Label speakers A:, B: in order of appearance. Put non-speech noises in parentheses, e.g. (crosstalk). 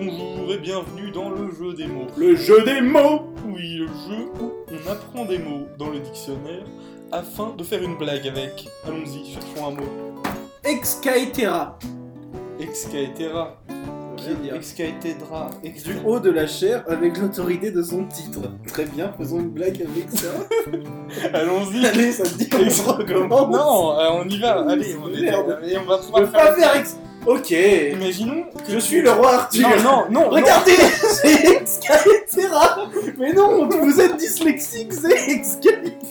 A: bonjour et bienvenue dans le jeu des mots.
B: Le jeu des mots
A: Oui, le jeu où on apprend des mots dans le dictionnaire afin de faire une blague avec. Allons-y, cherchons un mot.
C: Excaetera,
A: Excaetera.
C: Qui
A: Euh,
C: veut dire
A: Excaetedra. Ex-
C: du haut de la chair avec l'autorité de son titre. Très bien, faisons une blague avec ça. (laughs)
A: Allons-y.
C: Allez, ça te dit, on se recommande.
A: Non, euh, on y va. Allez, on, est...
C: Merde.
A: Allez, on va
C: Je
A: pouvoir
C: peux pas
A: faire.
C: faire ex... Ok,
A: Imaginons que
C: je suis le roi Arthur.
A: Non, non, non.
C: Regardez, (laughs) c'est Excaetera Mais non, vous êtes dyslexique, c'est Excaetera